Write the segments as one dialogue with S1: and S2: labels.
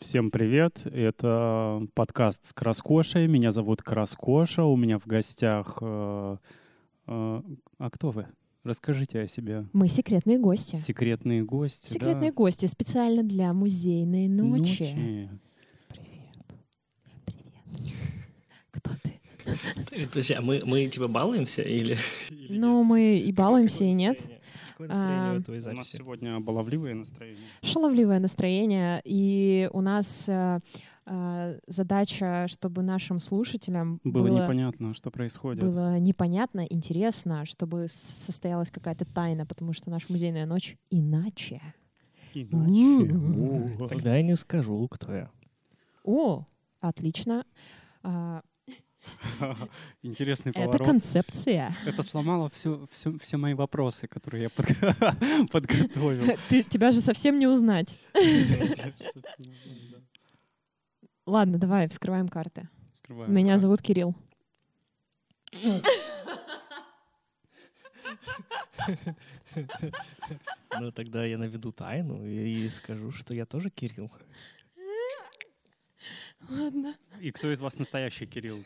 S1: Всем привет. Это подкаст с Краскошей. Меня зовут Краскоша. У меня в гостях... э, э, а кто вы? Расскажите о себе.
S2: Мы секретные гости.
S1: Секретные гости. да?
S2: Секретные ну, гости специально для музейной ночи.
S1: Ночи.
S2: Привет. Привет. Кто ты?
S3: Подожди, а мы, мы типа балуемся или... или
S2: Ну, мы и
S3: нет? Какое-
S2: балуемся,
S3: какое
S2: и нет.
S3: настроение? Какое настроение
S2: А,
S3: у твоей
S1: У нас
S3: записи?
S1: сегодня баловливое настроение.
S2: Шаловливое настроение. И у нас э, э, задача, чтобы нашим слушателям
S1: Было,
S2: было,
S1: непонятно, что происходит.
S2: было непонятно, интересно, чтобы с- состоялась какая-то тайна, потому что наша музейная ночь иначе.
S1: Иначе.
S2: У-у-у.
S1: О,
S3: Тогда я не скажу, кто я.
S2: О, отлично. А,
S1: Интересный
S2: это
S1: поворот.
S2: концепция.
S1: Это сломало все, все, все мои вопросы, которые я под- подготовил.
S2: Ты, тебя же совсем не узнать. Ладно, давай вскрываем карты.
S1: Скрываем.
S2: Меня зовут Кирилл.
S3: Ну, тогда я наведу тайну и, и скажу, что я тоже Кирилл.
S2: Ладно.
S1: И кто из вас настоящий Кирилл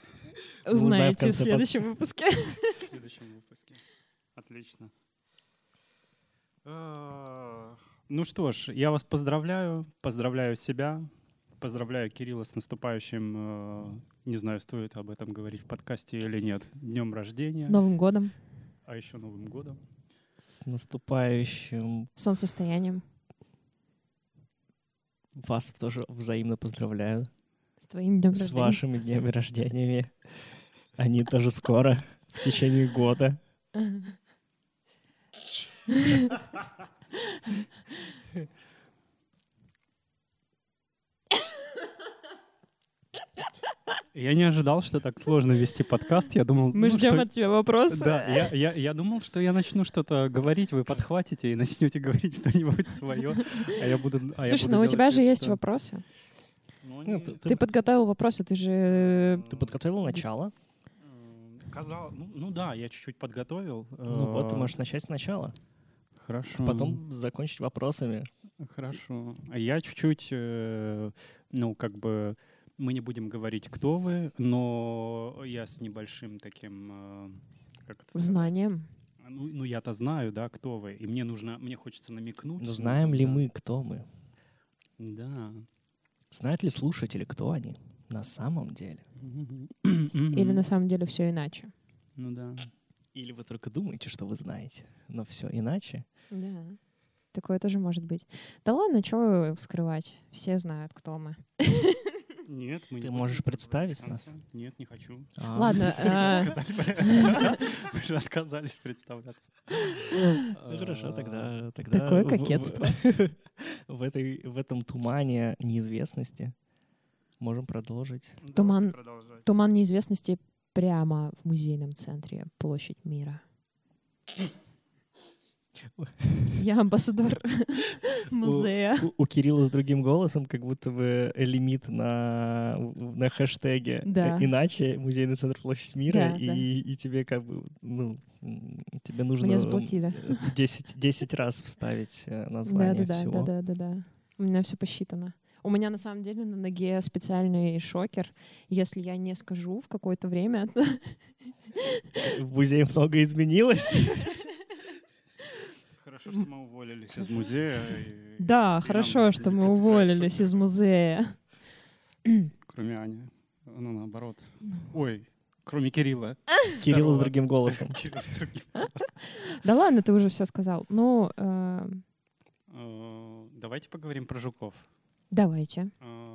S3: Ну, узнаю в
S2: Узнаете в
S3: конце под-
S2: следующем выпуске.
S1: в следующем выпуске? Отлично. Эх, Ну что ж, я вас поздравляю, поздравляю себя, поздравляю Кирилла с наступающим, э, не знаю, стоит об этом говорить в подкасте или нет, днем рождения,
S2: Новым годом,
S1: а еще Новым годом.
S3: С наступающим
S2: солнцестоянием,
S3: вас тоже взаимно поздравляю.
S2: с твоим днем
S3: С
S2: рождения.
S3: вашими днями рождениями. Они тоже скоро, в течение года.
S1: Я не ожидал, что так сложно вести подкаст, я думал...
S2: Мы
S1: ну,
S2: ждем
S1: что-
S2: от тебя вопросы.
S1: Да, я, я, я думал, что я начну что-то говорить, вы подхватите и начнете говорить что-нибудь свое, а я буду... а я
S2: Слушай,
S1: буду
S2: ну у
S1: делать
S2: тебя же
S1: вид,
S2: есть
S1: что-
S2: вопросы.
S1: Ну,
S3: Ну,
S1: не-
S3: ты-
S2: Ты,
S3: ты,
S2: подготовил вопросы, ты же... э,
S3: ты подготовил начало?
S1: М, Казал, ну, ну да, я чуть-чуть подготовил.
S3: Ну вот, ты
S1: Э,
S3: можешь начать сначала,
S1: Хорошо.
S3: потом закончить вопросами.
S1: Хорошо. А Я чуть-чуть, э, ну как бы, мы не будем говорить, кто вы, но я с небольшим таким, э, как это сказать?
S2: Знанием.
S1: Ну, ну, я-то знаю, да, кто вы, и мне нужно, мне хочется намекнуть.
S3: Но
S1: на-
S3: Ну, знаем ли
S1: да.
S3: мы, кто мы?
S1: Да.
S3: Знают ли слушатели, кто они на самом деле?
S2: Или на самом деле все иначе.
S1: Ну да.
S3: Или вы только думаете, что вы знаете, но все иначе?
S2: Да. Такое тоже может быть. Да ладно, чего скрывать? Все знают, кто мы.
S1: Нет, мы не
S3: Ты
S1: будем
S3: можешь
S1: этого говорить
S3: представить
S1: до конца.
S3: нас?
S1: Нет, не хочу.
S3: А,
S2: Ладно. э,
S1: Мы же отказались представляться.
S3: Ну хорошо, тогда... тогда
S2: Такое
S3: в- в-
S2: кокетство.
S3: В, этой, в этом тумане неизвестности можем продолжить.
S1: ну, Давайте
S2: Туман-
S1: продолжать.
S2: Туман неизвестности прямо в музейном центре Площадь Мира. Я амбассадор музея.
S3: У, у Кирилла с другим голосом как будто бы лимит на, на хэштеге.
S2: Да.
S3: Э, Иначе музейный центр Площадь Мира,
S2: Да,
S3: и,
S2: да.
S3: и тебе как бы, ну, м, тебе нужно...
S2: Меня заплатили.
S3: э, 10, 10 раз вставить э,
S2: Да, да,
S3: название
S2: да,
S3: всего.
S2: да, да, да, да. У меня все посчитано. У меня на самом деле на ноге специальный шокер. Если я не скажу в какое-то время, то
S3: В музее много изменилось.
S1: Хорошо, что мы уволились из музея. и- и
S2: Да,
S1: нам
S2: хорошо,
S1: не
S2: что мы
S1: предстоит
S2: уволились
S1: что-то,
S2: из музея.
S1: Кроме Ани. Ну, наоборот. Ой, кроме Кирилла.
S3: Кирилл с
S1: Здорово.
S3: другим голосом.
S1: Кирилл с другим.
S2: Да ладно, ты уже все сказал. Ну, э,
S1: Э, Давайте поговорим про жуков.
S2: давайте.
S1: А,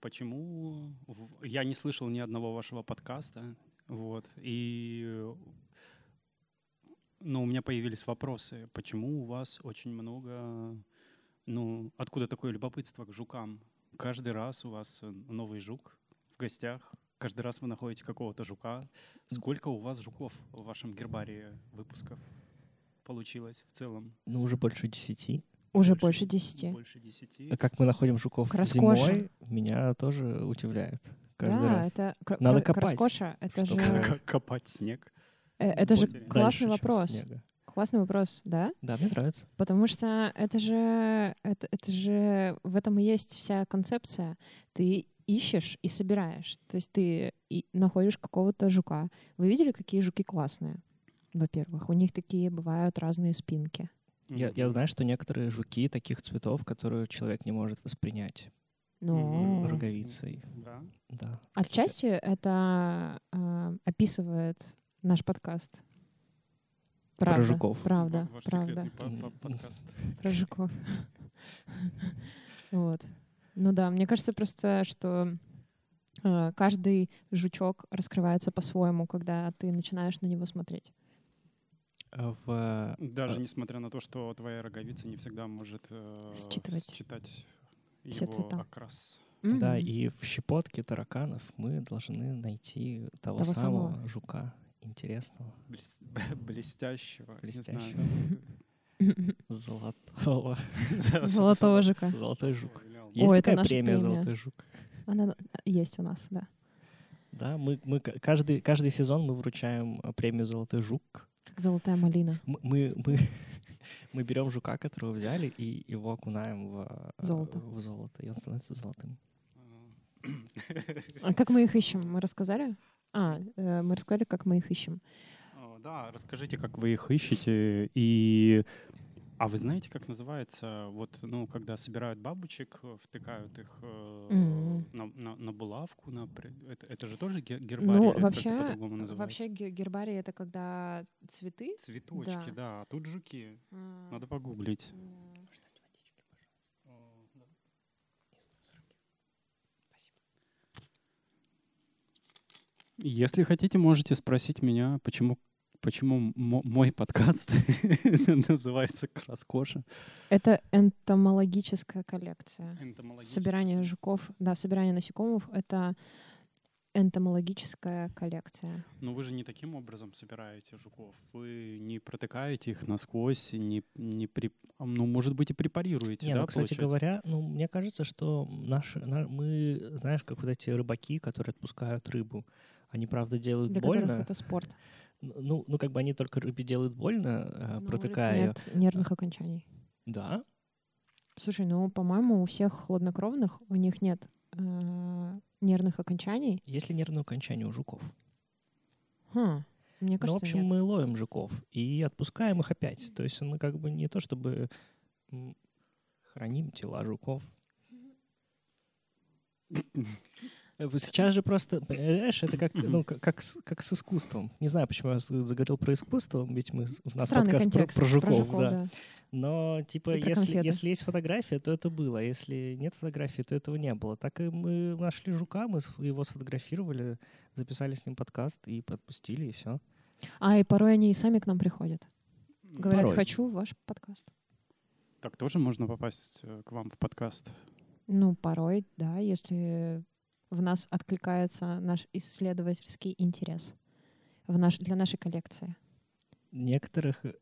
S1: Почему в- я не слышал ни одного вашего подкаста? Вот и э, ну, у меня появились вопросы. Почему у вас очень много? Ну, откуда такое любопытство к жукам? Каждый раз у вас э, новый жук в гостях. Каждый раз вы находите какого-то жука. Сколько у вас жуков в вашем гербарии выпусков получилось в целом?
S3: Ну, уже больше десяти.
S2: Уже больше десяти.
S1: Больше десяти.
S3: А Как мы находим жуков
S2: Краскоша.
S3: зимой, меня тоже удивляет каждый
S2: да,
S3: раз.
S2: это кра-
S3: Надо
S2: кра-
S3: копать,
S2: Краскоша, это
S3: чтобы-
S2: же
S1: Как копать снег?
S2: Э, Это же
S1: Потеряли.
S2: классный
S3: Дальше, чем
S2: вопрос.
S3: снега.
S2: классный вопрос, да?
S3: Да, мне нравится.
S2: Потому что это же, это, это же в этом и есть вся концепция. Ты ищешь и собираешь. То есть ты и находишь какого-то жука. Вы видели, какие жуки классные? Во-первых, у них такие бывают разные спинки.
S3: Я, я знаю, что некоторые жуки таких цветов, которые человек не может воспринять
S2: Ну,
S1: Мгм.
S3: роговицей.
S1: Да.
S3: Да.
S2: отчасти это э, описывает наш подкаст.
S3: Про
S2: Правда,
S3: жуков.
S2: Правда,
S1: Ваш
S2: правда.
S1: секретный по- по- подкаст.
S2: Про жуков. Вот. Ну да, мне кажется просто, что э, каждый жучок раскрывается по-своему, когда ты начинаешь на него смотреть.
S3: А В...
S1: Даже
S3: А.
S1: несмотря на то, что твоя роговица не всегда может э,
S2: Считывать.
S1: считать
S2: Все
S1: его
S2: цвета.
S1: окрас.
S3: Да,
S2: Мгм.
S3: и в щепотке тараканов мы должны найти того,
S2: Того
S3: самого,
S2: самого.
S3: жука интересного,
S1: Блес- Блестящего. не знаю.
S3: золотого.
S2: Золотого жука.
S3: Золотой жук.
S1: Ой, лял.
S3: Есть
S2: это
S3: такая
S2: наша
S3: премия
S2: премия.
S3: «Золотой жук».
S2: Она есть у нас, да.
S3: Да, мы, мы к- каждый, каждый сезон мы вручаем э, премию «Золотой жук».
S2: Как золотая малина.
S3: М- Мы, мы, мы берем жука, которого взяли, и его окунаем в э,
S2: Золото.
S3: в золото, и он становится золотым.
S1: Э,
S2: А как мы их ищем? Мы рассказали? А, э, мы рассказали, как мы их ищем.
S1: О, Да, расскажите, как вы их ищете и а вы знаете, как называется, вот, ну, когда собирают бабочек, э, втыкают их э,
S2: Мгм.
S1: на, на- на булавку, на пре- это, это же тоже ге- гербарий,
S2: ну,
S1: или как
S2: вообще,
S1: это по-другому называется?
S2: вообще ге- гербарий — это когда цветы.
S1: Цветочки, да. а тут жуки.
S2: м,
S1: Надо погуглить.
S2: м,
S1: Если хотите, можете спросить меня, почему, почему мо- мой подкаст называется «Краскоша».
S2: Это энтомологическая коллекция. Собирание жуков, да, собирание насекомых — это энтомологическая коллекция.
S1: Но Ну, вы же не таким образом собираете жуков. Вы не протыкаете их насквозь, и не, не при... а, ну, может быть, и препарируете,
S3: Не,
S1: да,
S3: ну, кстати
S1: получается?
S3: говоря, ну, мне кажется, что наши, на- мы, знаешь, как вот эти рыбаки, которые отпускают рыбу, они, правда, делают
S2: Для
S3: больно.
S2: которых это спорт.
S3: Ну, ну, как бы они только рыбе делают больно, э,
S2: Но Ну, у рыб
S3: протыкая её.
S2: Нет нервных окончаний.
S3: Да,
S2: Слушай, ну, по-моему, у всех хладнокровных у них нет э, нервных окончаний.
S3: есть ли нервное окончание у жуков?
S2: Хм, мне
S3: ну, в
S2: кажется,
S3: общем,
S2: нет.
S3: мы ловим жуков и отпускаем их опять. То есть мы как бы не то чтобы м, храним тела жуков. Э, вот Сейчас же просто, понимаешь, это как, ну, как, как, с, как с искусством. Не знаю, почему я с- заговорил про искусство, ведь мы, с- у нас
S2: Странный
S3: подкаст про-
S2: контекст.
S3: про, жуков. да.
S2: да.
S3: Но, типа,
S2: И про
S3: если,
S2: конфеты.
S3: если есть фотография, то это было. а Если нет фотографии, то этого не было. Так и мы нашли жука, мы сф- его сфотографировали, записали с ним подкаст и подпустили, и все.
S2: А, и порой они и сами к нам приходят.
S1: М,
S2: Говорят,
S3: порой.
S2: хочу ваш подкаст.
S1: Так тоже можно попасть э, к вам в подкаст.
S2: Ну, порой, да, если в нас откликается наш исследовательский интерес в наш, для нашей коллекции.
S3: Некоторых... э,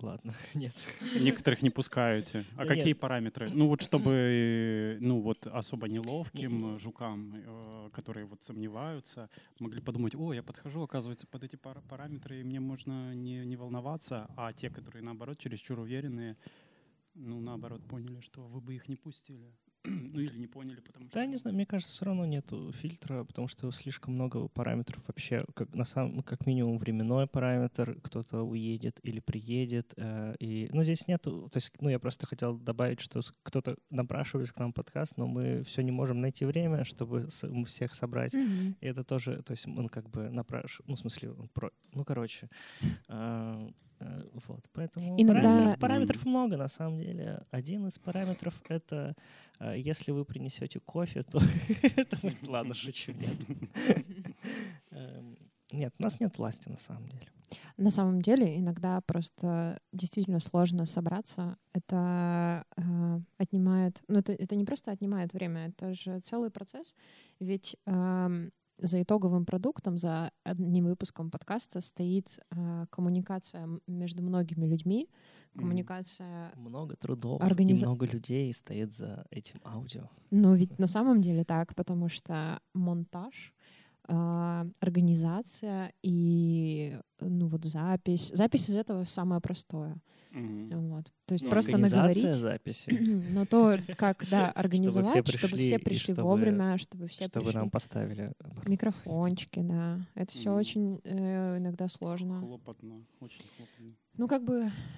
S3: Ладно, нет.
S1: Некоторых не пускаете. А
S3: Да
S1: какие
S3: нет.
S1: параметры? Ну вот чтобы, э, ну вот особо неловким э, жукам, э, которые вот сомневаются, могли подумать, о, я подхожу, оказывается, под эти пара- параметры, и мне можно не, не волноваться, а те, которые наоборот чересчур уверенные, ну наоборот поняли, что вы бы их не пустили. Ну или не поняли, потому что...
S3: Да, не знаю, мне кажется, все равно нету фильтра, потому что слишком много параметров вообще. Как, на самом, как минимум временной параметр, кто-то уедет или приедет. э, и, ну, здесь нету... То есть, ну, я просто хотел добавить, что с- кто-то напрашивается к нам в подкаст, но мы все не можем найти время, чтобы с- м, всех собрать. И это тоже, то есть он как бы напрашивает, ну, в смысле, он про... Ну, короче, а, э, вот, поэтому
S2: Иногда-
S3: параметров, параметров много, на самом деле. Один из параметров — это э, если вы принесете кофе, то... это мы- Ладно, шучу, нет. Эм, Нет, у нас нет власти, на самом деле.
S2: На самом деле, иногда просто действительно сложно собраться. Это э, отнимает, ну это, это не просто отнимает время, это же целый процесс. Ведь эм, за итоговым продуктом, за одним выпуском подкаста стоит э, коммуникация м- между многими людьми,
S1: Мгм.
S2: коммуникация.
S3: Много трудов
S2: Организа-
S3: и много людей стоит за этим аудио.
S2: ну, Но ведь на самом деле так, потому что монтаж, э, э, организация и ну вот запись. Запись из этого самое простое.
S1: Мгм.
S2: Вот. То есть
S1: Ну,
S2: просто
S3: Организация
S2: наговорить.
S3: записи,
S2: Но то, как да, организовать, чтобы
S3: пришли
S2: все
S3: и
S2: пришли
S3: чтобы-
S2: вовремя, чтобы все
S3: чтобы
S2: пришли.
S3: нам поставили оборудование.
S2: Микрофончики, да. Это все
S1: Мгм.
S2: очень э, иногда сложно.
S1: Хлопотно, очень хлопотно.
S2: Ну, как бы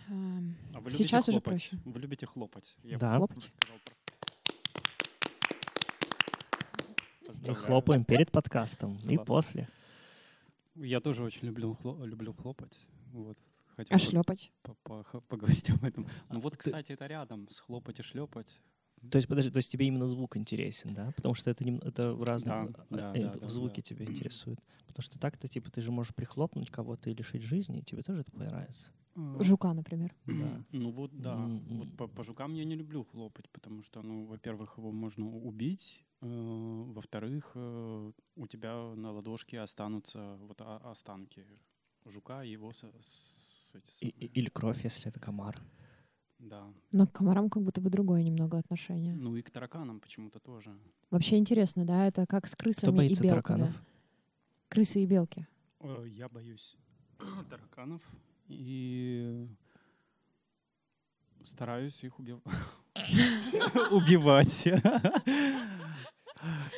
S2: эм,
S1: А вы любите
S2: сейчас уже
S1: хлопать?
S2: проще.
S1: Вы любите хлопать? Я
S3: Да.
S1: бы
S2: Хлопать?
S1: сказал про-
S3: И
S1: Поздравляю.
S3: хлопаем перед подкастом и
S1: Класс.
S3: после.
S1: Я тоже очень люблю, хло- люблю хлопать. Вот. Хотел
S2: А
S1: бы
S2: шлепать?
S1: по- по- поговорить об этом. Ну
S3: А
S1: вот,
S3: ты-
S1: кстати, это рядом с хлопать и шлепать.
S3: То есть, подожди, то есть тебе именно звук интересен, да? Потому что это, нем- это в разном...
S1: Да, да,
S3: э,
S1: да,
S3: это
S1: да,
S3: в звуке
S1: да.
S3: тебя интересует. Потому что так-то, типа, ты же можешь прихлопнуть кого-то и лишить жизни, и тебе тоже это понравится.
S2: Жука, например.
S3: Да.
S1: Ну вот, да.
S3: М,
S1: Вот
S3: м.
S1: по, по жукам я не люблю хлопать, потому что, ну, во-первых, его можно убить, э, во-вторых, э, у тебя на ладошке останутся вот о- останки жука и его со- с- эти
S3: И-
S1: самые.
S3: и- или кровь, если это комар.
S1: Да.
S2: Но к комарам как будто бы другое немного отношение.
S1: Ну и к тараканам почему-то тоже.
S2: Вообще интересно, да, это как с
S3: Кто
S2: крысами и
S3: боится
S2: белками.
S3: тараканов?
S2: Крысы и белки.
S1: Э, Я боюсь тараканов и стараюсь их убив- убивать,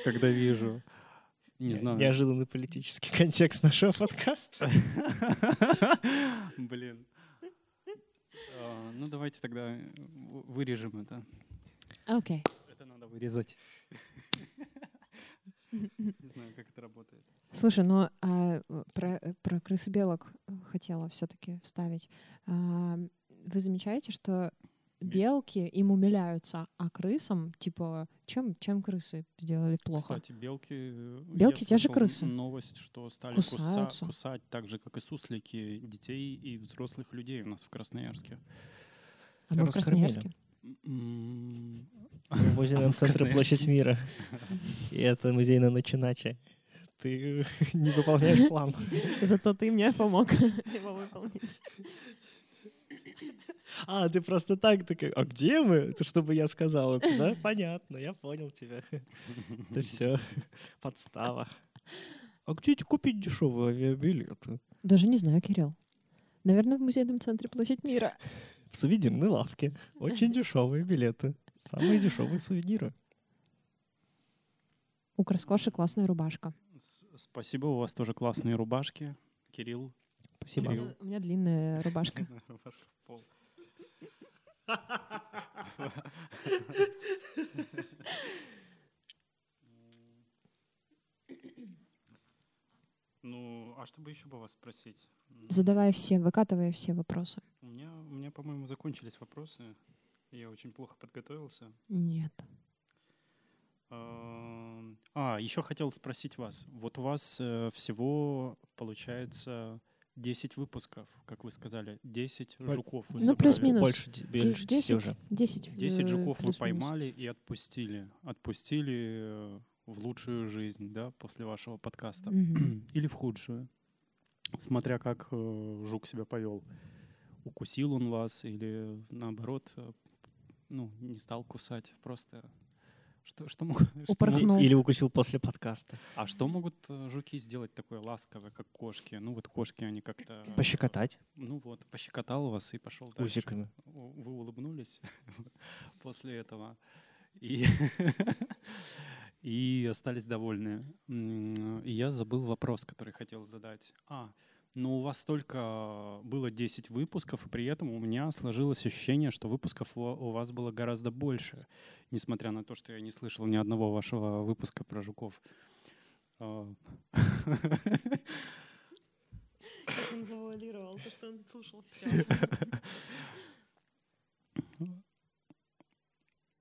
S1: когда вижу. Не
S3: Я-
S1: знаю.
S3: Неожиданный политический контекст нашего подкаста.
S1: Блин. А, Ну давайте тогда в- вырежем это.
S2: Окей.
S1: Это надо вырезать. Не знаю, как это работает.
S2: Слушай, ну а, э, про, э, про крыс и белок э, хотела все-таки вставить. А, вы замечаете, что белки им умиляются, а крысам, типа, чем, чем крысы сделали плохо?
S1: Кстати, белки... э,
S2: Белки
S1: я
S2: те же
S1: слышал
S2: крысы.
S1: Новость, что стали куса-
S2: Кусаются.
S1: кусать так же, как и суслики, детей и взрослых людей у нас в Красноярске.
S2: а мы в
S3: раскормили.
S2: Красноярске.
S1: М,
S3: В музейном
S1: В
S3: центре Площадь
S1: Красноярске.
S3: мира. И это музей на начиначе. Ты не выполняешь план.
S2: Зато ты мне помог его выполнить.
S3: А, ты просто так такой, а где мы? Это чтобы я сказал это, да? Понятно, я понял тебя. Это все подстава. А где эти купить дешевые авиабилеты?
S2: Даже не знаю, Кирилл. Наверное, в музейном центре Площадь Мира.
S3: В сувенирной лавке. Очень дешевые билеты. Самые дешевые сувениры.
S2: У Краскоши классная рубашка.
S1: с- Спасибо, у вас тоже классные рубашки. Кирилл.
S3: Спасибо.
S1: Кирилл.
S2: У меня длинная рубашка.
S1: Рубашка в пол. Ну, а что бы еще бы вас спросить? М,
S2: Задавая все, выкатывая все вопросы.
S1: У меня, у меня, по-моему, закончились вопросы. Я очень плохо подготовился.
S2: Нет.
S1: Эм, А, еще хотел спросить вас. Вот у вас э, всего получается 10 выпусков, как вы сказали, 10
S3: Бо-
S1: жуков. Вы
S2: Ну, плюс-минус.
S3: Больше, де- больше десяти уже.
S2: 10,
S1: 10 жуков вы поймали и отпустили. Отпустили э, в лучшую жизнь, да, после вашего подкаста. Или в худшую. Смотря как э, жук себя повел. Укусил он вас или наоборот, э, ну, не стал кусать. Просто что, что, мог- что
S2: Упорхнул.
S1: мог-
S2: Ну.
S3: Или укусил после подкаста.
S1: а что могут э, жуки сделать такое ласковое, как кошки? Ну вот кошки, они как-то... э,
S3: Пощекотать
S1: Ну вот, пощекотал вас и пошел дальше.
S3: усиками.
S1: У- Вы улыбнулись после этого и, и остались довольны. М, и Я забыл вопрос, который хотел задать. А, ну у вас только было 10 выпусков, и при этом у меня сложилось ощущение, что выпусков у у вас было гораздо больше, несмотря на то, что я не слышал ни одного вашего выпуска про жуков. А,
S2: Он завуалировал, то, что он слушал все.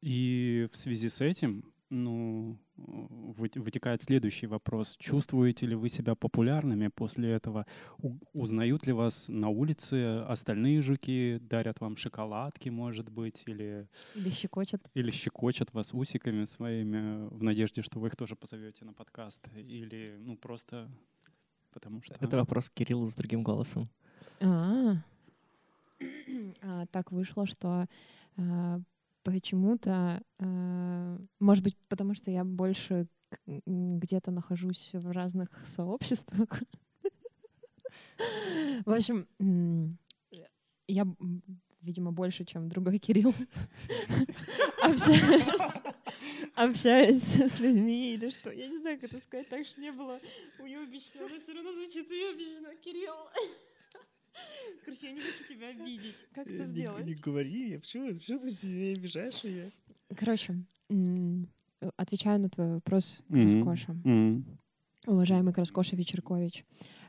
S1: И в связи с этим, ну, э, выти- вытекает следующий вопрос. Чувствуете ли вы себя популярными после этого? У- Узнают ли вас на улице остальные жуки? Дарят вам шоколадки, может быть, или,
S2: Или щекочет.
S1: или щекочат вас усиками своими э, в надежде, что вы их тоже позовете на подкаст? Или, ну, просто потому что...
S3: Это вопрос к Кириллу с другим голосом.
S2: А. А, Так вышло, что а, почему-то, э, может быть, потому что я больше к- где-то нахожусь в разных сообществах. В общем, м, я, м, видимо, больше, чем другой Кирилл, общаюсь, общаюсь с людьми или что. Я не знаю, как это сказать, так что не было уебищно, но все равно звучит уебищно, Кирилл. Короче, я не хочу тебя обидеть. Как это сделать?
S3: Не, говори, почему? Что ты обижаешь а меня?
S2: Короче, м, э, отвечаю на твой вопрос,
S1: Мгм.
S2: Краскоша.
S1: Мгм.
S2: Уважаемый Краскоша Вечеркович,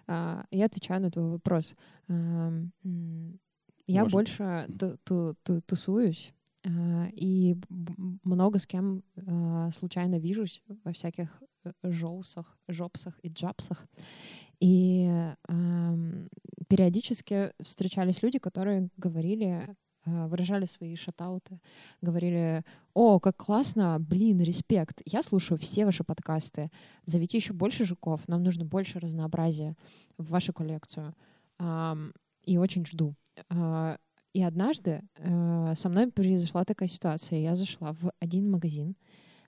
S2: а, я отвечаю на твой вопрос. Ам, Эм, м, Я
S1: Можно.
S2: больше ту- ту- ту- тусуюсь а, и б- б- много с кем а, случайно вижусь во всяких э, жоусах, жопсах и джапсах. И ам, периодически встречались люди, которые говорили, а, выражали свои шатауты, говорили, о, как классно, блин, респект, я слушаю все ваши подкасты, зовите еще больше жуков, нам нужно больше разнообразия в вашу коллекцию. Ам, И очень жду. А, И однажды э, со мной произошла такая ситуация. Я зашла в один магазин,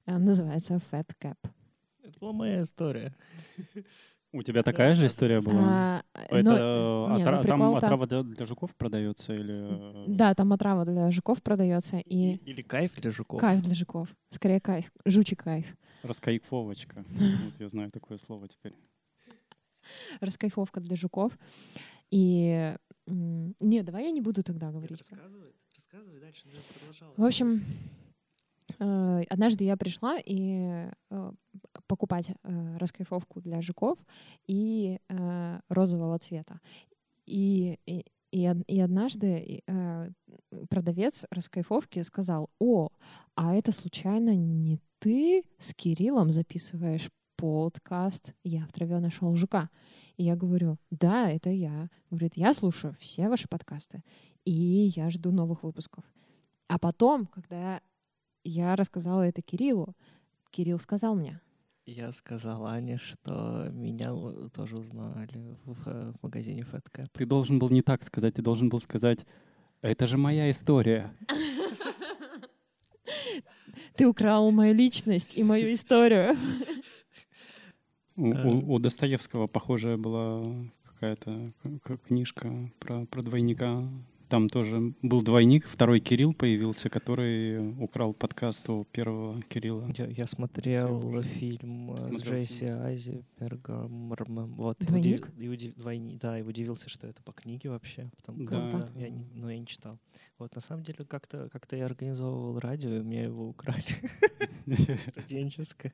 S2: э, называется Fat Cap.
S3: Это была моя история.
S1: У тебя такая же история была?
S2: А,
S1: Это
S2: но-
S1: э,
S2: не,
S1: отра-
S2: ну,
S1: там
S2: прикол-то-
S1: отрава для, для жуков продается или? э,
S2: Да, там отрава для жуков продается и
S3: Или кайф для жуков.
S2: кайф для жуков. Скорее кайф, жучий кайф,
S1: Раскайфовочка. Вот я знаю такое слово теперь.
S2: раскайфовка для жуков. И м, не, давай я не буду тогда говорить. про-
S3: Рассказывай, рассказывай дальше.
S2: В общем, э, однажды я пришла и э, покупать э, раскайфовку для жуков и э, розового цвета. И, и, и од- и однажды и, э, продавец раскайфовки сказал, о, а это случайно не ты с Кириллом записываешь подкаст «Я в траве нашел жука». И я говорю, да, это я. Говорит, я слушаю все ваши подкасты, и я жду новых выпусков. А потом, когда я рассказала это Кириллу, Кирилл сказал мне,
S3: Я сказал Ане, что меня у- тоже узнали в, э, в магазине Fat Cat.
S1: Ты должен был не так сказать, ты должен был сказать, это же моя история.
S2: ты украл мою личность и мою историю.
S1: У,
S3: Эм.
S1: у- у Достоевского, похожая была какая-то к- к- книжка про, про двойника. Там тоже был двойник, второй Кирилл появился, который украл подкаст у первого Кирилла.
S3: Я, я смотрел
S1: уже.
S3: фильм э, с
S1: Смотрел
S3: Джесси Айзенбергом. Вот, и
S2: Двойник?
S3: удив- и удив- двойни- да, и удивился, что это по книге вообще. Потом,
S1: Да,
S3: как-то
S1: это-
S3: я не- но я не читал. Вот, на самом деле, как-то как я организовывал радио, и у меня его украли. Студенческое.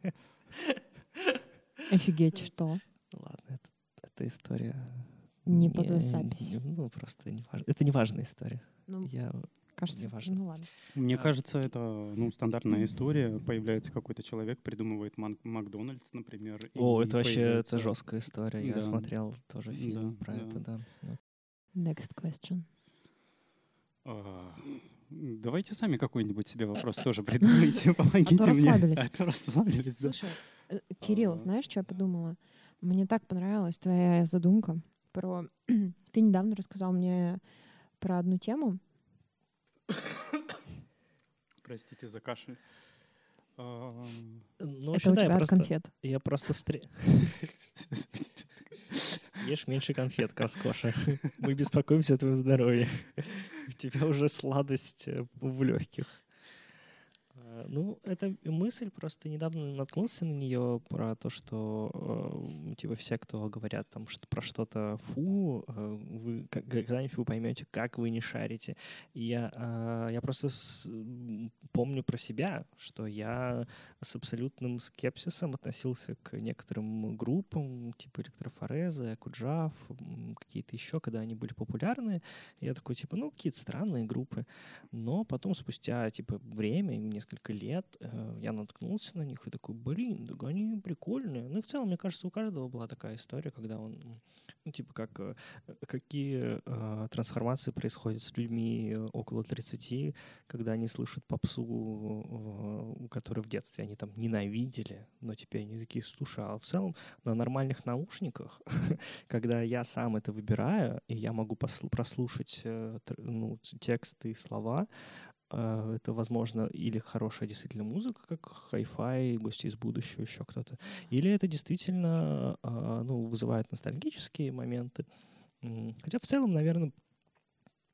S2: Офигеть, что?
S3: Ну, Ладно, это, эта история...
S2: Не
S3: не-
S2: под запись.
S3: не- Ну, просто не важно. Это не важная история.
S2: Ну,
S3: Я
S2: кажется,
S3: неважно.
S2: ну ладно.
S1: Мне
S3: А.
S1: кажется, это ну, стандартная история. Появляется какой-то человек, придумывает Мак- Макдональдс, например. и-
S3: О,
S1: и
S3: это вообще
S1: появляется-
S3: это жесткая история. Я
S1: Да.
S3: смотрел тоже фильм
S1: Да,
S3: про
S1: да.
S3: это, да. Вот.
S2: Next question.
S1: А, Давайте сами какой-нибудь себе вопрос тоже
S3: А
S1: придумайте, помогите мне.
S2: расслабились.
S1: А то расслабились, да.
S2: Слушай, э, Кирилл,
S1: А.
S2: знаешь, что я подумала? Мне так понравилась твоя задумка про... Ты недавно рассказал мне про одну тему.
S1: Простите за кашель. Ам,
S3: Ну, в
S2: Это
S3: общем,
S2: у
S3: да, я
S2: тебя от
S3: просто,
S2: конфет.
S3: я просто встре- Ешь меньше конфет, Коскоша. Мы беспокоимся о твоем здоровье. У тебя уже сладость э, в легких. Э, Ну, это мысль, просто недавно наткнулся на нее про то, что э, типа все, кто говорят там что, про что-то фу, э, вы к- когда-нибудь вы поймете, как вы не шарите. И я, э, я просто с- м, помню про себя, что я с абсолютным скепсисом относился к некоторым группам, типа электрофореза, Куджав, какие-то еще, когда они были популярны. Я такой, типа, ну, какие-то странные группы. Но потом, спустя, типа, время, несколько лет, э, я наткнулся на них и такой, блин, так они прикольные. Ну, и в целом, мне кажется, у каждого была такая история, когда он, м, ну, типа, как, э, какие э, трансформации происходят с людьми э, около 30, когда они слышат попсу, э, которую в детстве они там ненавидели, но теперь они такие, слушай, а в целом на нормальных наушниках, когда я сам это выбираю, и я могу посл- прослушать э, тр- ну, ц- тексты и слова, э, это, возможно, или хорошая действительно музыка, как хай-фай, гости из будущего, еще кто-то, или это действительно э, ну, вызывает ностальгические моменты. М, Хотя в целом, наверное,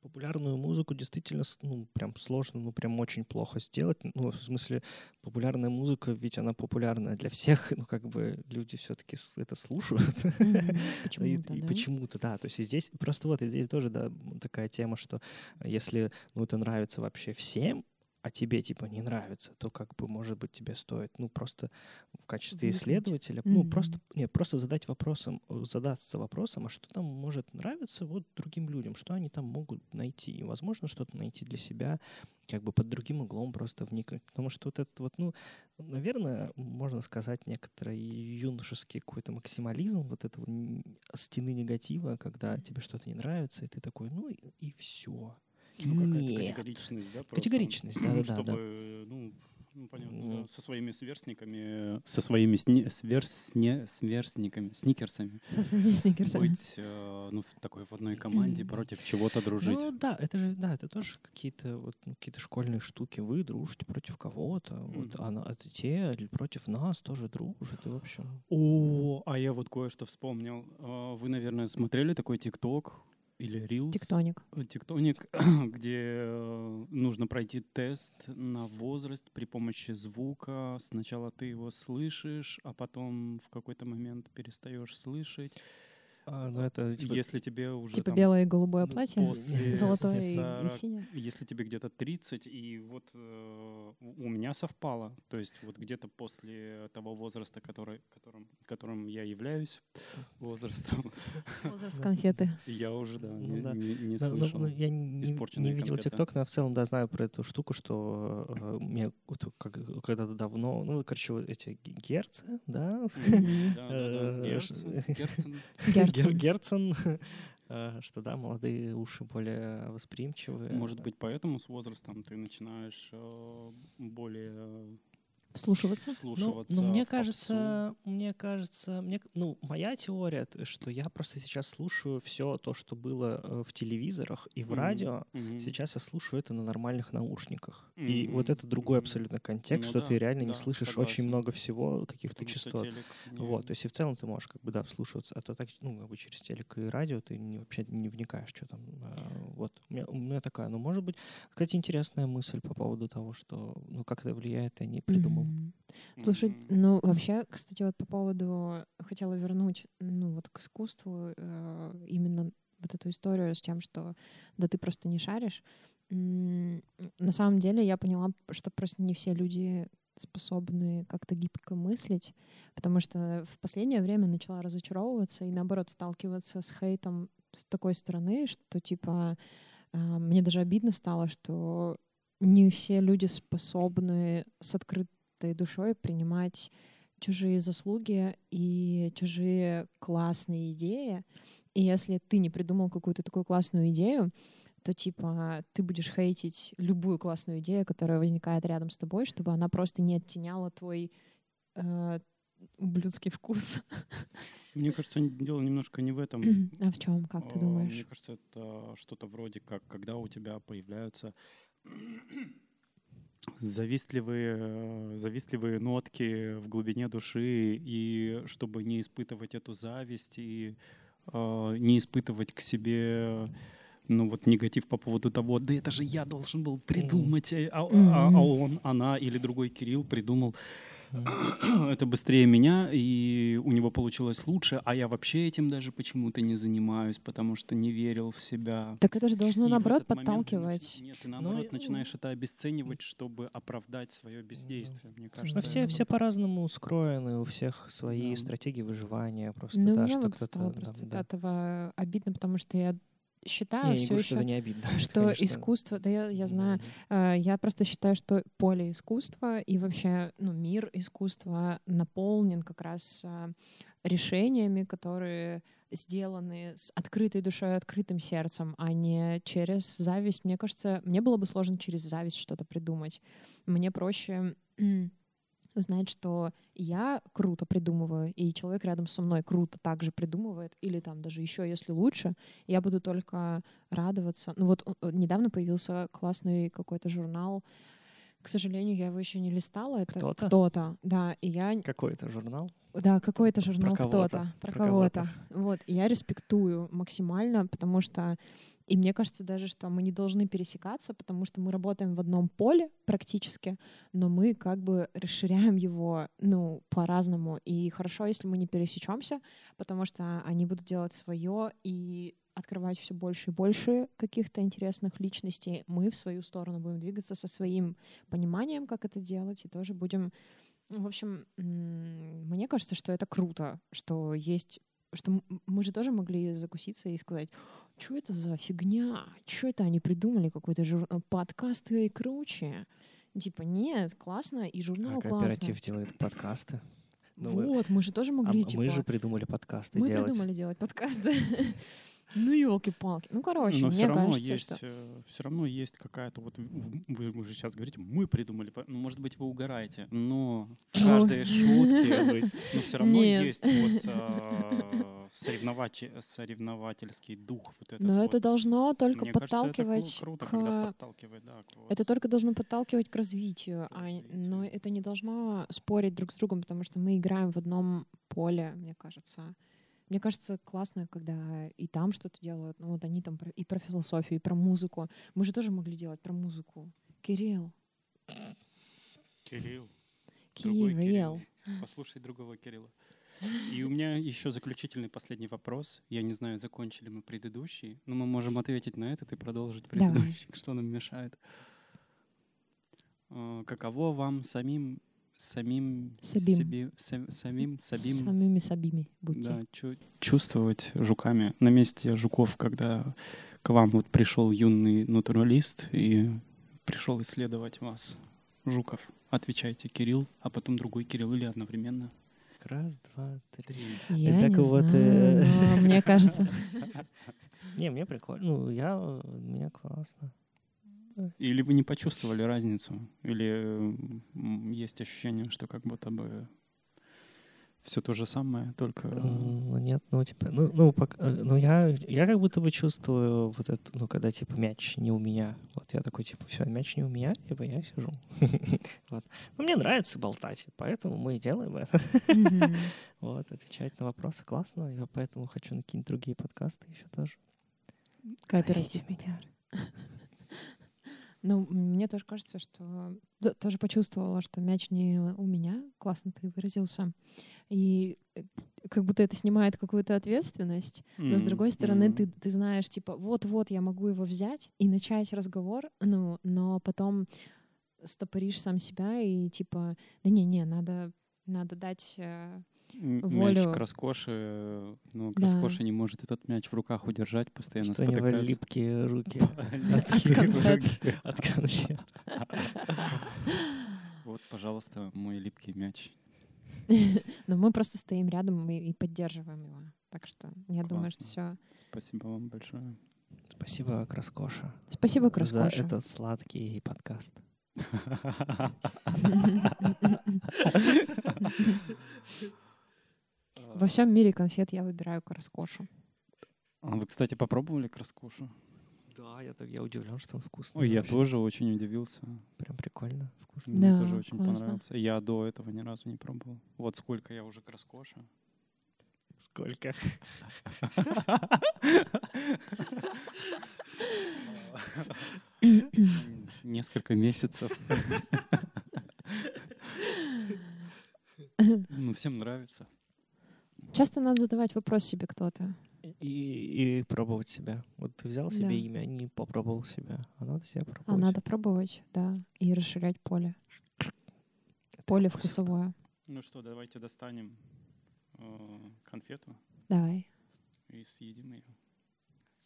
S3: популярную музыку действительно с- ну, прям сложно, ну прям очень плохо сделать. Ну, в смысле, популярная музыка, ведь она популярная для всех, ну как бы люди все-таки это слушают.
S2: Мгм.
S3: И-
S2: Почему-то,
S3: И
S2: да?
S3: почему-то, да. То есть и здесь просто вот и здесь тоже да, м, такая тема, что если ну, это нравится вообще всем, а тебе типа не нравится, то как бы может быть тебе стоит ну просто в качестве
S2: Вникнуть.
S3: исследователя ну
S2: Мгм.
S3: просто не просто задать вопросом э, задаться вопросом, а что там может нравиться вот другим людям, что они там могут найти и возможно что-то найти для себя как бы под другим углом просто вникнуть, потому что вот этот вот ну наверное, можно сказать, некоторый юношеский какой-то максимализм вот этого н- стены негатива, когда тебе что-то не нравится, и ты такой, ну и, все.
S1: Ну, какая-то
S3: Нет.
S1: категоричность, да? просто?
S3: Категоричность, да,
S1: Ну,
S3: да, да, да.
S1: Чтобы, ну, ну, понятно,
S3: Ну.
S1: да, со своими сверстниками, э, со своими сни- сверстне- сверстниками, сникерсами,
S2: Со своими сникерсами.
S1: быть э, ну, в такой в одной команде против чего-то дружить.
S3: Ну да, это же, да, это тоже какие-то вот ну, какие-то школьные штуки. Вы дружите против кого-то, вот,
S1: Мгм.
S3: а, на- а те или против нас тоже дружат, и в общем.
S1: О, а я вот кое-что вспомнил. А, Вы, наверное, смотрели такой ТикТок или Reels?
S2: Тектоник.
S1: Э, Тектоник, где э, нужно пройти тест на возраст при помощи звука. Сначала ты его слышишь, а потом в какой-то момент перестаешь слышать.
S3: А, ну это типа,
S1: Если тебе уже
S2: Типа
S1: там,
S2: белое и голубое
S1: ну,
S2: платье,
S1: после
S2: золотое и-
S1: 40,
S2: и синее.
S1: Если тебе где-то 30, и вот э, у у меня совпало, то есть вот где-то после того возраста, который, которым, которым я являюсь, возрастом,
S2: Возраст конфеты.
S1: я уже да,
S3: Ну
S1: не,
S3: да.
S1: не- не
S3: Да, ну,
S1: слышал.
S3: ну, я не,
S1: испорченные
S3: не видел
S1: конфеты.
S3: ТикТок, но я в целом, да, знаю про эту штуку, что э, мне вот как- когда-то давно, ну, короче, вот эти ге- герцы, да,
S2: Мгм.
S1: Да, да, да.
S3: Э,
S1: Герцен, Герцен.
S3: Гер-
S2: Герцен.
S3: Герцен, э, что, да, молодые уши более восприимчивые.
S1: Может быть, поэтому с возрастом ты начинаешь э, более
S2: Вслушиваться.
S3: Ну,
S1: вслушиваться.
S3: ну, мне
S1: в попсу.
S3: кажется, мне кажется, мне, к- ну, моя теория, т- что я просто сейчас слушаю все то, что было э, в телевизорах и в
S1: Мгм.
S3: радио,
S1: Мгм.
S3: Сейчас я слушаю это на нормальных наушниках. И
S1: Мгм,
S3: вот это другой
S1: мгм.
S3: абсолютно контекст,
S1: Ну
S3: что
S1: да,
S3: ты реально
S1: да,
S3: не слышишь
S1: согласен.
S3: очень много всего, каких-то
S1: Потому что
S3: частот.
S1: телек не-
S3: Вот, то есть и в целом ты можешь как бы, да, вслушиваться, а то так, ну, как бы через телек и радио ты не, вообще не вникаешь, что там. а, вот, у меня, у меня такая, ну, может быть, какая-то интересная мысль по поводу того, что, ну, как это влияет, я не придумал.
S2: Мгм. Слушай,
S1: Мгм.
S2: ну вообще, кстати, вот по поводу хотела вернуть, ну вот к искусству э, именно вот эту историю с тем, что да ты просто не шаришь. М, На самом деле я поняла, что просто не все люди способны как-то гибко мыслить, потому что в последнее время начала разочаровываться и наоборот сталкиваться с хейтом с такой стороны, что типа э, мне даже обидно стало, что не все люди способны с открытым этой душой принимать чужие заслуги и чужие классные идеи. И если ты не придумал какую-то такую классную идею, то типа ты будешь хейтить любую классную идею, которая возникает рядом с тобой, чтобы она просто не оттеняла твой э, ублюдский вкус.
S1: Мне кажется, н- дело немножко не в этом.
S2: а в чем, как
S1: А, Мне
S2: ты думаешь?
S1: кажется, это что-то вроде как, когда у тебя появляются завистливые, э, завистливые нотки в глубине души, и чтобы не испытывать эту зависть и э, не испытывать к себе ну вот негатив по поводу того, да это же я должен был придумать, э, а, а- а он, она или другой Кирилл придумал это быстрее меня, и у него получилось лучше, а я вообще этим даже почему-то не занимаюсь, потому что не верил в себя.
S2: Так это же должно,
S1: И в
S2: Ну, наоборот,
S1: этот момент ты начи-
S2: подталкивать. Ну,
S1: Нет, ты наоборот
S3: я-
S1: начинаешь это обесценивать, чтобы оправдать свое бездействие, мне
S2: Ну,
S1: кажется.
S3: Но все,
S1: это-
S3: все по-разному устроены, у всех свои
S1: Да.
S3: стратегии выживания просто,
S2: Ну,
S3: да,
S2: мне
S3: что
S2: вот
S3: кто-то...
S2: стало
S3: да,
S2: просто
S3: да.
S2: от этого обидно, потому что я
S3: Не,
S2: считаю
S3: я не
S2: все
S3: говорю, что это
S2: еще,
S3: не обидно. это,
S2: что
S3: конечно, Ну,
S2: искусство, да я, я
S3: м,
S2: знаю, Э, Я просто считаю, что поле искусства и вообще ну, мир искусства наполнен как раз а, решениями, которые сделаны с открытой душой, открытым сердцем, а не через зависть. Мне кажется, мне было бы сложно через зависть что-то придумать. Мне проще м, знать, что я круто придумываю, и человек рядом со мной круто также придумывает, или там даже еще, если лучше, я буду только радоваться. Ну вот э, недавно появился классный какой-то журнал, к сожалению, я его еще не листала. Это
S3: Кто-то?
S2: да, и я
S3: Какой-то журнал.
S2: да, какой-то журнал
S3: кого-то,
S2: кто-то, про,
S3: про
S2: кого-то. Вот, и я респектую максимально, потому что и мне кажется даже, что мы не должны пересекаться, потому что мы работаем в одном поле практически, но мы как бы расширяем его, ну, по-разному. И хорошо, если мы не пересечемся, потому что они будут делать свое и открывать все больше и больше каких-то интересных личностей. Мы в свою сторону будем двигаться со своим пониманием, как это делать, и тоже будем... Ну, В общем, м, мне кажется, что это круто, что есть что м- мы же тоже могли закуситься и сказать, что это за фигня, что это они придумали, какой-то жур... подкасты и круче. Типа, нет, классно, и журнал
S3: а
S2: Ну, классно.
S3: кооператив делает подкасты. Ну, мы-
S2: вот, мы же тоже
S3: а
S2: могли,
S3: м-
S2: типа,
S3: мы же придумали подкасты
S2: мы
S3: делать.
S2: придумали делать подкасты. Ну, елки-палки. Ну, короче,
S1: Но
S2: мне
S1: все равно,
S2: кажется,
S1: есть,
S2: что...
S1: все равно есть какая-то вот в- вы уже сейчас говорите, мы придумали, по- ну может быть вы угораете, но в
S2: Ну.
S1: каждой шутке, но все равно
S2: Нет.
S1: есть вот а, соревноваче- соревновательский дух вот этот.
S2: Но это
S1: вот.
S2: должно только
S1: Мне кажется, это кру-
S2: подталкивать
S1: круто,
S2: к
S1: когда подталкивает, да, к вот-
S2: Это только должно подталкивать к развитию, а н- но
S1: развитию.
S2: это не должно спорить друг с другом, потому что мы играем в одном поле, мне кажется. Мне кажется, классно, когда и там что-то делают. Ну вот они там про- и про философию, и про музыку. Мы же тоже могли делать про музыку. Кирилл.
S1: Кирилл. Другой
S2: Кирилл.
S1: Послушай другого Кирилла. И у меня еще заключительный последний вопрос. Я не знаю, закончили мы предыдущий, но мы можем ответить на этот и продолжить
S2: Давай.
S1: предыдущий, что нам мешает. Э, Каково вам самим самим
S2: Сабим.
S1: себе- са- самим
S2: С
S1: самим
S2: самими сабими будьте.
S1: да, чу- чувствовать жуками на месте жуков, когда к вам вот пришел юный натуралист и пришел исследовать вас жуков. Отвечайте Кирилл, а потом другой Кирилл или одновременно.
S3: Раз, два, три.
S2: Я
S3: Это
S2: не
S3: кого-то-
S2: знаю, но мне кажется.
S3: Не, мне прикольно. Ну, я, э, мне классно.
S1: Или вы не почувствовали разницу, или э, м, есть ощущение, что как будто бы все то же самое, только
S3: М, Ну, нет, ну, типа, ну, ну, пока, э, ну я, я как будто бы чувствую вот это, ну, когда, типа, мяч не у меня. Вот я такой, типа, все, мяч не у меня, типа, я сижу. Вот. Ну, мне нравится болтать, поэтому мы и делаем это.
S2: Мгм.
S3: Вот, отвечать на вопросы классно, я поэтому хочу на какие-нибудь другие подкасты еще тоже.
S2: Кооператив.
S3: Зовите меня.
S2: Ну, мне тоже кажется, что т- тоже почувствовала, что мяч не у меня. Классно ты выразился. И э, как будто это снимает какую-то ответственность. Но с другой стороны, ты, ты знаешь, типа, вот-вот я могу его взять и начать разговор, ну, но потом стопоришь сам себя и типа, да не-не, надо, надо дать... э,
S1: волю...
S2: волю-
S1: мяч к роскоши, ну, к
S2: Да.
S1: роскоши не может этот мяч в руках удержать, постоянно
S3: Что у него
S1: спотыкается.
S3: липкие руки
S2: От конфет.
S3: от конфет.
S1: Вот, пожалуйста, мой липкий мяч.
S2: Но ну, мы просто стоим рядом и, и поддерживаем его. Так что я думаю, что все.
S1: Спасибо вам большое.
S3: Спасибо, Краскоша,
S2: Спасибо,
S3: за
S2: Краскоша.
S3: этот сладкий подкаст.
S2: Во всем мире конфет я выбираю роскошу.
S1: А Вы, кстати, попробовали краскушу?
S3: Да, я, так- я удивлен, что он вкусный.
S1: Ой, я
S3: вообще.
S1: тоже очень удивился.
S3: Прям прикольно, вкусно.
S1: Мне
S2: Да,
S1: тоже очень
S2: классно.
S1: понравился. Я до этого ни разу не пробовал. Вот сколько я уже краскоша.
S3: Сколько?
S1: Несколько месяцев. Ну, всем нравится.
S2: Часто надо задавать вопрос себе кто-то.
S3: И, и пробовать себя. Вот ты взял себе
S2: Да.
S3: имя, а не попробовал себя. А надо себя
S2: А
S3: пробовать.
S2: надо пробовать, да, и расширять поле. Поле
S3: вкусно.
S2: вкусовое.
S1: Ну что, давайте достанем э, конфету
S2: Давай.
S1: и съедим ее.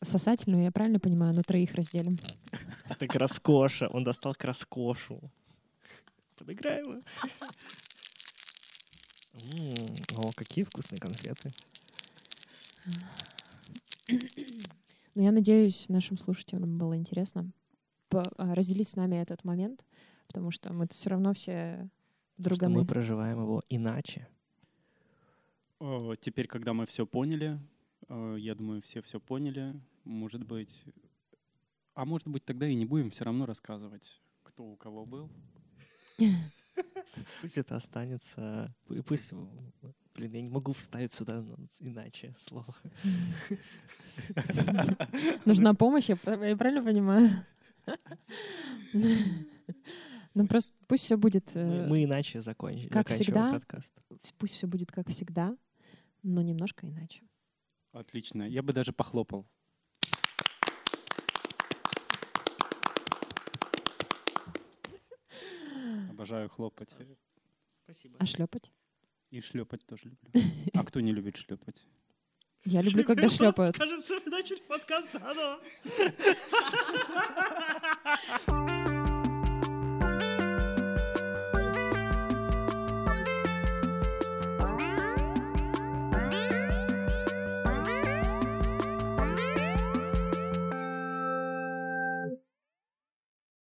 S2: Сосательную, я правильно понимаю, на троих разделим.
S3: Это Краскоша. Он достал Краскошу. Подыграем. ему. М, О, какие вкусные конфеты.
S2: Но я надеюсь, нашим слушателям было интересно по- а, разделить с нами этот момент, потому что мы все равно все
S3: что
S2: друганы.
S3: мы проживаем его иначе.
S1: Э, Теперь, когда мы все поняли, э, я думаю, все все поняли, может быть... А может быть, тогда и не будем все равно рассказывать, кто у кого был.
S3: Пусть это останется... пу- Пусть... Блин, я не могу вставить сюда н- иначе слово.
S2: Нужна помощь, я прав- я правильно понимаю? Ну просто пусть все будет,
S3: Мы,
S2: э,
S3: мы иначе закончим.
S2: как всегда,
S3: подкаст.
S2: пусть все будет как всегда, но немножко иначе. А
S1: Отлично. Я бы даже похлопал. Обожаю хлопать.
S3: Спасибо.
S2: А шлепать?
S1: И шлепать тоже люблю. А кто не любит шлепать?
S2: Я люблю, когда шлепают.
S3: Кажется, мы начали подкаст заново.